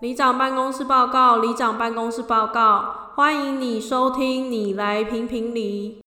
里长办公室报告，里长办公室报告，欢迎你收听，你来评评理。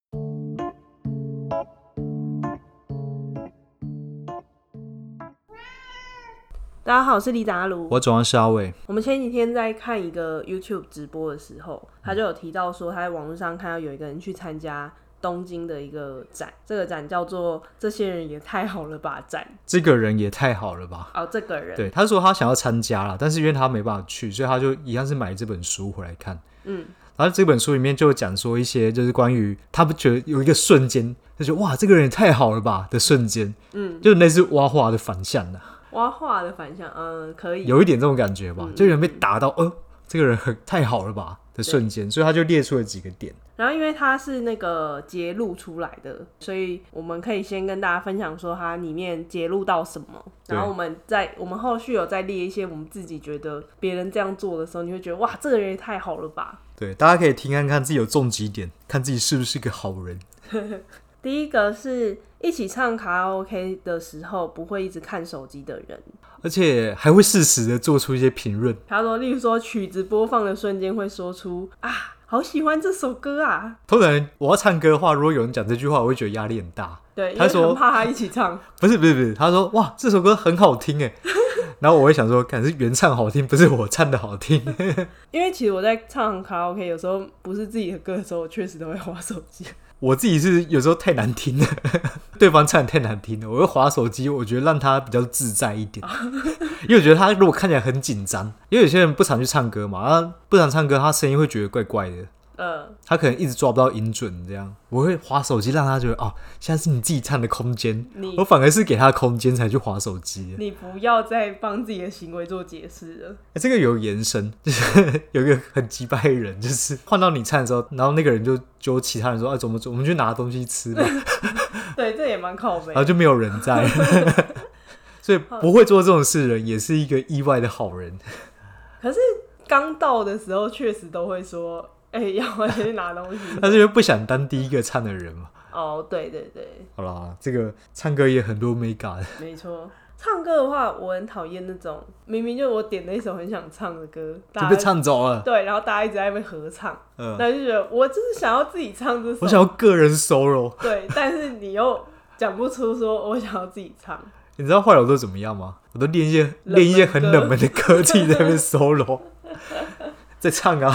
大家好，我是里长阿卢。我早上是阿伟，我们前几天在看一个 YouTube 直播的时候，他就有提到说，他在网络上看到有一个人去参加东京的一个展，这个展叫做“这些人也太好了吧”展。这个人也太好了吧？哦，这个人，对，他说他想要参加了，但是因为他没办法去，所以他就一样是买这本书回来看。嗯，然后这本书里面就讲说一些就是关于他不觉得有一个瞬间，他觉得哇，这个人也太好了吧的瞬间，嗯，就是类似挖话的反向啦，挖画的反向，嗯，可以，有一点这种感觉吧，嗯就有人被打到，呃，这个人很太好了吧的瞬间，所以他就列出了几个点。然后因为它是那个揭露出来的，所以我们可以先跟大家分享说它里面揭露到什么，对然后我们在我们后续有再列一些我们自己觉得别人这样做的时候，你会觉得哇，这个人也太好了吧。对，大家可以听看看自己有中几点，看自己是不是个好人。第一个是一起唱卡拉 OK 的时候不会一直看手机的人，而且还会适时的做出一些评论，他说，例如说曲子播放的瞬间会说出啊，好喜欢这首歌啊，通常我要唱歌的话，如果有人讲这句话，我会觉得压力很大。对，因他为说很怕他一起唱，不是不是不是，他说哇这首歌很好听哎，然后我会想说，看是原唱好听，不是我唱的好听。因为其实我在唱卡拉 OK 有时候不是自己的歌的时候，我确实都会划手机。我自己是有时候太难听了，对方唱得太难听了，我会划手机，我觉得让他比较自在一点，因为我觉得他如果看起来很紧张，因为有些人不常去唱歌嘛，他不常唱歌，他声音会觉得怪怪的， 呃，他可能一直抓不到音准这样。我会划手机让他觉得哦，现在是你自己唱的空间，你我反而是给他空间才去划手机。你不要再帮自己的行为做解释了。欸这个有延伸，就是 有一个很击败的人，就是换到你唱的时候，然后那个人就揪其他人说：“啊，怎么我们去拿东西吃吧。对，这也蛮靠”背然。后就没有人在， 所以不会做这种事的人也是一个意外的好人。可是刚到的时候，确实都会说：“哎、要不要先去拿东西 他是因为不想当第一个唱的人嘛。？”哦，对对对，好啦，这个唱歌也很多美感，没错。唱歌的话，我很讨厌那种明明就我点了一首很想唱的歌，就大被家唱走了。对，然后大家一直在那边合唱，嗯、那、后就觉得我就是想要自己唱这首，我想要个人 solo。对，但是你又讲不出说我想要自己唱。你知道后来我都怎么样吗？我都练一些冷门练一些很歌冷门的歌，自己在那边 solo，在唱啊。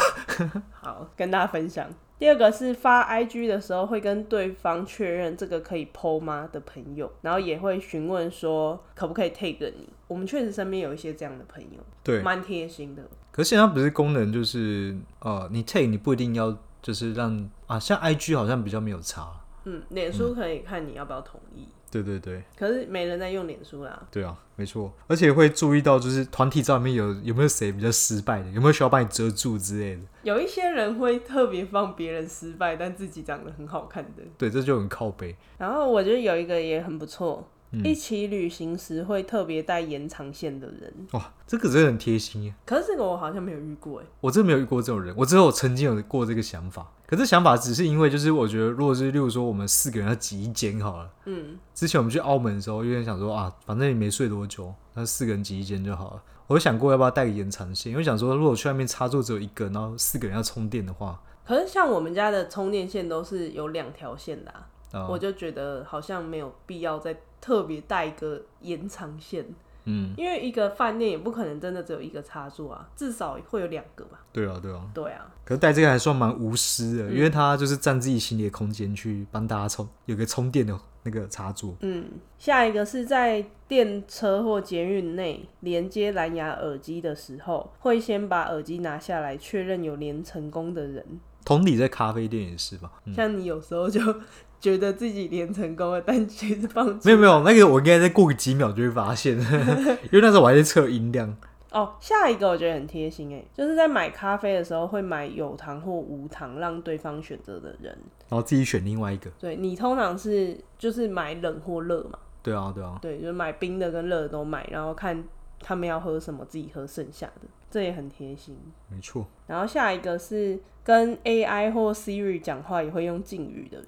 好，跟大家分享。第二个是发 IG 的时候会跟对方确认这个可以 PO 吗的朋友，然后也会询问说可不可以 tag 你。我们确实身边有一些这样的朋友，对，蛮贴心的。可是现在不是功能就是呃，你 take 你不一定要就是让啊，像 IG 好像比较没有差。嗯，脸书可以看你要不要同意，对对对可是没人在用脸书啦。对啊，没错，而且会注意到就是团体照里面有有没有谁比较失败的，有没有需要帮你遮住之类的。有一些人会特别放别人失败但自己长得很好看的。对，这就很靠背。然后我觉得有一个也很不错，一起旅行时会特别带延长线的人，哇，这个真的很贴心耶！可是这个我好像没有遇过哎。我真的没有遇过这种人，我只有曾经有过这个想法。可这想法只是因为，就是我觉得，如果是例如说我们四个人要挤一间好了，嗯，之前我们去澳门的时候，有点想说啊，反正也没睡多久，那四个人挤一间就好了。我有想过要不要带个延长线，因为想说如果去外面插座只有一个，然后四个人要充电的话，可是像我们家的充电线都是有两条线的、啊，啊、我就觉得好像没有必要再特别带一个延长线，嗯，因为一个饭店也不可能真的只有一个插座啊，至少会有两个吧。对啊对啊，对啊，可是带这个还算蛮无嗯私的，因为它就是占自己心里的空间去帮大家充，有个充电的那个插座。嗯，下一个是在电车或捷运内连接蓝牙耳机的时候，会先把耳机拿下来确认有连成功的人，同理，在咖啡店也是吧？嗯，像你有时候就觉得自己连成功了，但其实放没有没有，那个我应该再过个几秒就会发现， 因为那时候我还在测音量。哦，下一个我觉得很贴心哎，就是在买咖啡的时候会买有糖或无糖让对方选择的人。然后自己选另外一个，对你通常是就是买冷或热嘛，对啊，对啊，对，就是买冰的跟热的都买，然后看他们要喝什么，自己喝剩下的，这也很贴心。没错。然后下一个是跟 AI 或 Siri 讲话也会用敬语的人，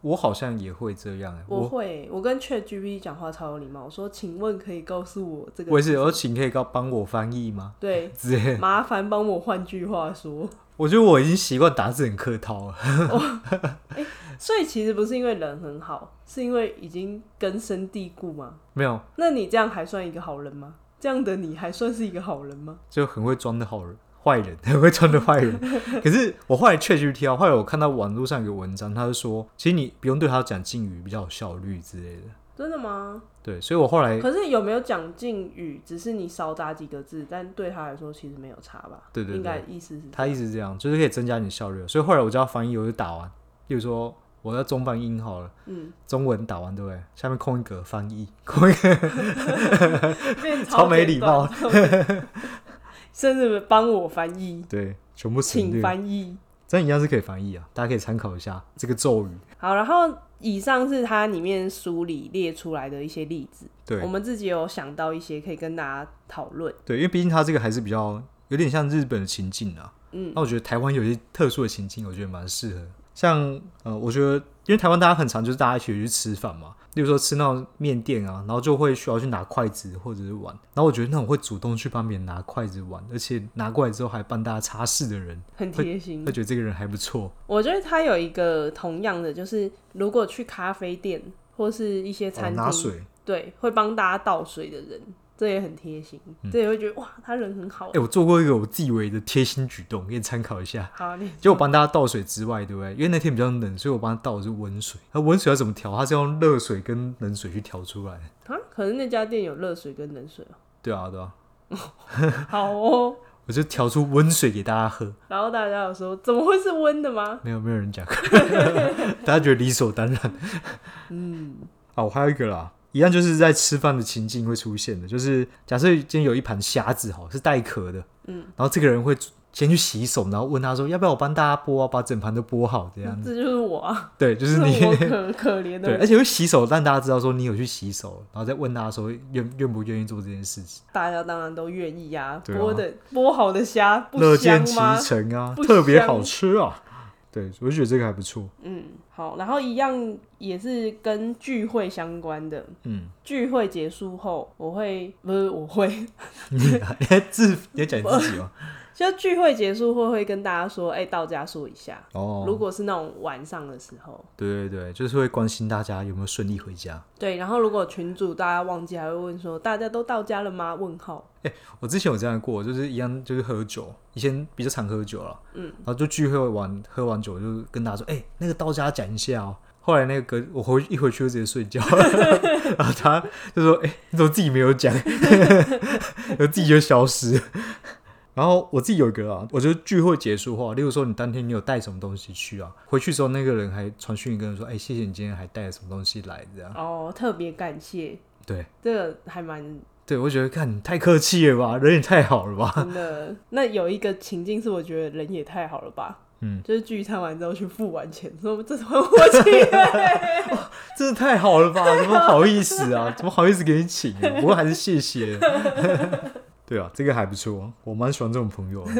我好像也会这样、欸，我我会，我跟 Chat GPT 讲话超有礼貌，我说：“请问可以告诉我这个？”我也是，有请可以告帮我翻译吗？ 对，之类的，麻烦帮我换句话 说。我觉得我已经习惯打字很客套了。所以其实不是因为人很好，是因为已经根深蒂固嘛。没有，那你这样还算一个好人吗？这样的你还算是一个好人吗？就很会装的好人，坏人，很会装的 坏人。可是我后来 ChatGPT 啊，后来我看到网络上有个文章，他就说，其实你不用对他讲敬语，比较有效率之类的。真的吗？对，所以我后来，可是有没有讲敬语，只是你少打几个字，但对他来说其实没有差吧？对对对应该意思是他一直这样，就是可以增加你的效率。所以后来我就要翻译，我就打完，例如说我要中翻英好了，嗯，中文打完对不对？下面空一格翻译，空一格，变超没礼貌简短，甚至帮我翻译，对，全部省请略，翻译。这样一样是可以翻译啊，大家可以参考一下这个咒语。好，然后以上是它里面梳理列出来的一些例子，对我，们自己有想到一些可以跟大家讨论。对，因为毕竟它这个还是比较有点像日本的情境啊。嗯，那我觉得台湾有一些特殊的情境，我觉得蛮适合。像呃，我觉得因为台湾大家很常就是大家一起去吃饭嘛，例如说吃那种面店啊，然后就会需要去拿筷子或者是碗。然后我觉得那种会主动去帮别人拿筷子碗，而且拿过来之后还帮大家擦拭的人，很贴心会，觉得这个人还不错。我觉得它有一个同样的，就是如果去咖啡店或是一些哦餐拿厅，水，对，会帮大家倒水的人，这也很贴心，这也会觉得哇，他人很好嗯欸哎、。我做过一个我自以为的贴心举动，给你参考一下。好，你就我帮大家倒水之外，对不对？因为那天比较冷，所以我帮他倒的是温水。那温水要怎么调？他是用热水跟冷水去调出来。啊，可是那家店有热水跟冷水哦、对啊，对啊，好哦。我就调出温水给大家喝。然后大家有说，怎么会是温的吗？没有，没有人讲，大家觉得理所当然。嗯，啊，我还有一个啦，一样就是在吃饭的情境会出现的，就是假设今天有一盘虾子，好是带壳的，嗯，然后这个人会先去洗手，然后问他说要不要我帮大家剥啊，把整盘都剥好这样子。这就是我啊，对，嗯就是 你。我可可怜的 对，我而且会洗手，让大家知道说你有去洗手，然后再问大家说愿愿不愿意做这件事情，大家当然都愿意啊，对啊剥的剥好的虾不乐见香其吗？成啊，不特别香好吃啊。对，我就觉得这个还不错。 嗯，好，然后一样也是跟聚会相关的。嗯，聚会结束后，我会不是我会， 你你在自你在讲你自己哦吗？就聚会结束后会跟大家说，哎、到家说一下。如哦，果是那种晚上的时候，对对对，就是会关心大家有没有顺利回家。对，然后如果群主大家忘记，还会问说大家都到家了吗？问号，我之前有这样过，就是一样，就是喝酒，以前比较常喝酒了，嗯，然后就聚会完喝完酒，就跟大家说，哎、那个到家讲一下哦、后来那个我回一回去就直接睡觉， 然后他就说，哎、你怎么自己没有讲？然后自己就消失。然后我自己有一个啊，我就聚会结束后啊，例如说你当天你有带什么东西去啊，回去之后那个人还传讯一个人说，哎、谢谢你今天还带了什么东西来，这样，哦，特别感谢，对这个还蛮对，我觉得看你太客气了吧，人也太好了吧。真的。 那有一个情境是，我觉得人也太好了吧。嗯，就是聚餐完之后去付完钱，说这团我请，真的太好了吧？怎么好意思啊？怎么好意思给你请、啊？不过还是谢谢。 对啊，这个还不错，我蛮喜欢这种朋友的。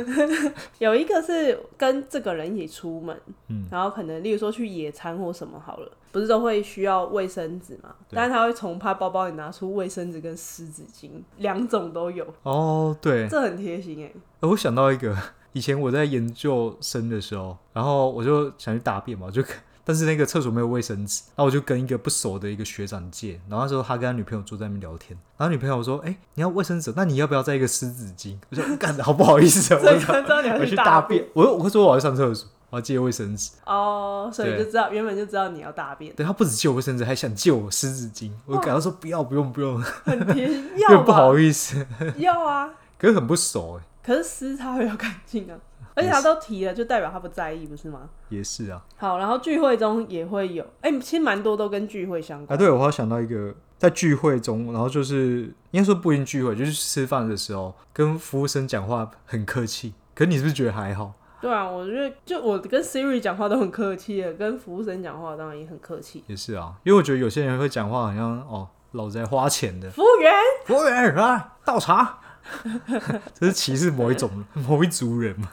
有一个是跟这个人一起出门，嗯然后可能例如说去野餐或什么好了，不是都会需要卫生纸嘛？对但是他会从他包包里拿出卫生纸跟湿纸巾，两种都有，哦，对，这很贴心哎、呃我想到一个，以前我在研究生的时候，然后我就想去大便嘛，我就但是那个厕所没有卫生纸，然后我就跟一个不熟的一个学长借，然后那时候他跟他女朋友坐在那边聊天，然后女朋友说：“哎、你要卫生纸，那你要不要再一个湿纸巾？”我说：“干，好不好意思啊，所以我他知道你要我去大大便，我我会说我要去上厕所，我要借卫生纸。”哦，所以对就知道原本就知道你要大便， 对他不止借我卫生纸，还想借我湿纸巾，我感到说哦不要啊不用不用， 有很贴心，要点不吧？好意思，要啊，可是很不熟哎，可是湿擦会有干净 啊，而且他都提了，就代表他不在意，不是吗？也是啊好，然后聚会中也会有，哎、其实蛮多都跟聚会相关。啊，对我还有想到一个，在聚会中，然后就是应该说不一定聚会，就是吃饭的时候跟服务生讲话很客气，可你是不是觉得还好？对啊，我觉得就我跟 Siri 讲话都很客气的，跟服务生讲话当然也很客气。也是啊，因为我觉得有些人会讲话好像哦，老子在花钱的，服务员，服务员啊，倒茶， 这是歧视某一种某一族人嘛？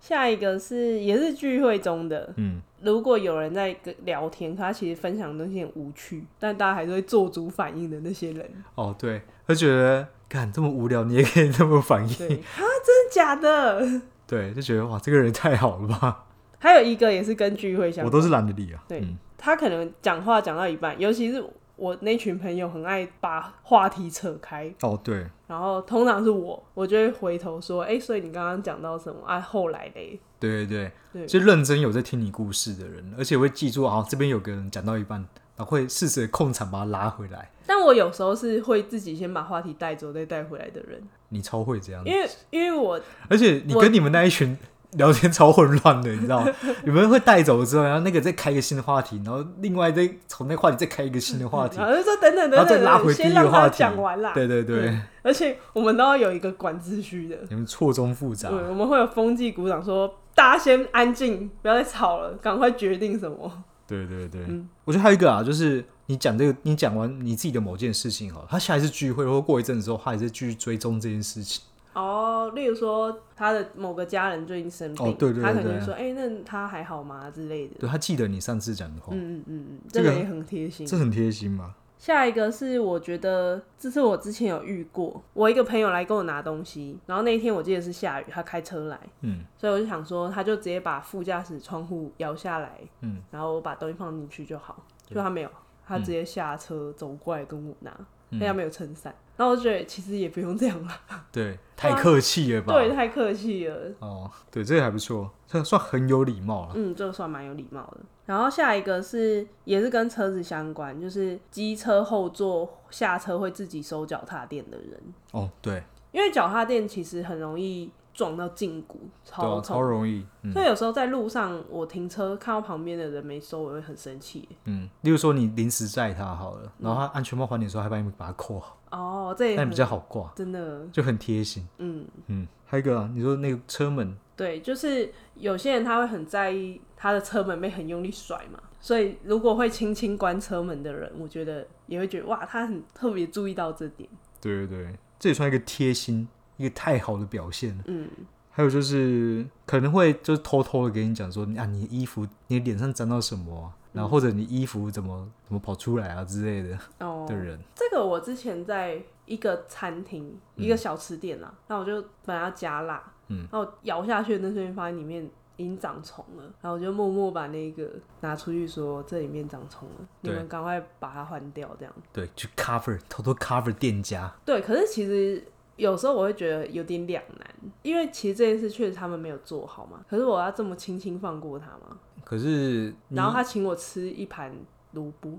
下一个是也是聚会中的，嗯，如果有人在跟聊天，可他其实分享的东西很无趣，但大家还是会做足反应的那些人，哦，对，他觉得干这么无聊，你也可以这么反对 应，啊，真的假的？对，就觉得哇，这个人也太好了吧，还有一个也是跟聚会相我关，都是懒得理啊。对嗯，他可能讲话讲到一半，尤其是我那群朋友很爱把话题扯开，哦，对，然后通常是我，我就会回头说，哎、所以你刚刚讲到什么啊？后来嘞，对对对对，就认真有在听你故事的人，而且会记住啊，这边有个人讲到一半，然后会适时的控场把他拉回来。但我有时候是会自己先把话题带走再带回来的人，你超会这样子因，为因为我而且你我跟你们那一群聊天超混乱的，你知道吗？ 你们会带走之后，然后那个再开一个新的话题，然后另外再从那话题再开一个新的话 题，然后就说等等等然等后等再拉等，回第一啊先个让话他题。讲完啦。对对对，而且我们都要有一个管秩序的，你们错综复杂对，。我们会有风纪鼓掌说，大家先安静，不要再吵了，赶快决定什么。对对对，嗯我觉得还有一个啊，就是你讲这个，你讲完你自己的某件事情好了，他下一次聚会或过一阵子之后，他还是继续追踪这件事情。哦，例如说他的某个家人最近生病，哦对对他可对能对就说，哎、那他还好吗之类的。对他记得你上次讲的话，嗯嗯嗯嗯，这这个个也很贴心。这很贴心嘛。下一个是我觉得这是我之前有遇过，我一个朋友来跟我拿东西，然后那一天我记得是下雨，他开车来，嗯，所以我就想说，他就直接把副驾驶窗户摇下来，嗯，然后我把东西放进去就好。就他没有，他直接下车走过来跟我拿，嗯但他没有撑伞。然后我就觉得其实也不用这样了，对，太客气了吧？啊对，太客气了。哦，对，这个还不错，算算很有礼貌了。嗯，这个算蛮有礼貌的。然后下一个是也是跟车子相关，就是机车后座下车会自己收脚踏垫的人，哦，对，因为脚踏垫其实很容易撞到胫骨，对啊超，超痛。容易。嗯所以有时候在路上，我停车看到旁边的人没收，我会很生气。嗯，例如说你临时载他好了，然后他安全帽还你的时候，还帮你把它扣好，哦，这也那很样比较好挂，真的，就很贴心。嗯，嗯，还有一个啊，你说那个车门，对，就是有些人他会很在意他的车门被很用力甩嘛，所以如果会轻轻关车门的人，我觉得也会觉得哇，他很特别注意到这点。对对对，这也算一个贴心，一个太好的表现了。嗯，还有就是可能会就是偷偷的给你讲说啊，你的衣服，你的脸上沾到什么、啊，然嗯后或者你衣服怎么怎么跑出来啊之类的哦，的人，这个我之前在一个餐厅，一个小吃店啦，那、我就本来要加辣，嗯，然后我咬下去的那瞬间发现里面已经长虫了，然后我就默默把那个拿出去说这里面长虫了，你对们赶快把它换掉，这样。对，去 cover 偷偷 cover 店家，对，可是其实有时候我会觉得有点两难，因为其实这件事确实他们没有做好嘛。可是我要这么轻轻放过他吗？可是你然后他请我吃一盘萝卜，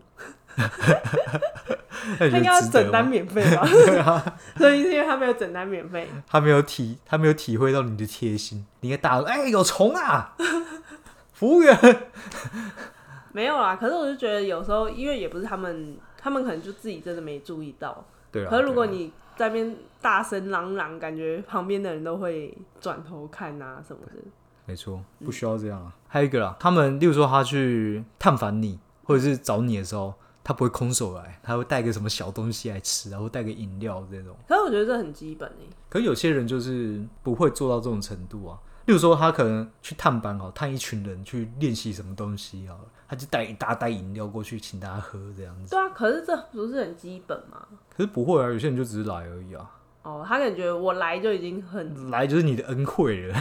他 他觉应得该要值得整单吗免费吧？ 所以是因为他没有整单免费。他没有体他没有体会到你的贴心，你应该大哎、有虫啊， 服务员，没有啦，可是我就觉得有时候，因为也不是他们，他们可能就自己真的没注意到。对啊，可是如果对啊你在那边大声嚷嚷，感觉旁边的人都会转头看啊什么的。没错，不需要这样啊。还有一个啦，他们例如说他去探访你，或者是找你的时候，他不会空手来，他会带个什么小东西来吃啊，然后带个饮料这种。可是我觉得这很基本欸诶、可有些人就是不会做到这种程度啊。例如说，他可能去探班哦，探一群人去练习什么东西啊，他就带一大袋饮料过去请大家喝这样子。对啊，可是这不是很基本吗？可是不会啊，有些人就只是来而已啊，哦，他感觉我来就已经很来就是你的恩惠了，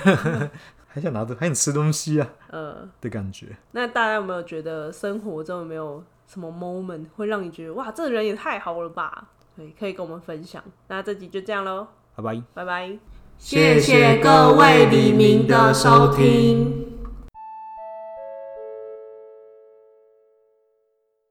还想拿着还想吃东西啊呃，的感觉。那大家有没有觉得生活中有没有什么 moment 会让你觉得哇，这人也太好了吧？对，可以跟我们分享。那这集就这样喽，拜拜。拜拜。谢谢各位黎明的收听。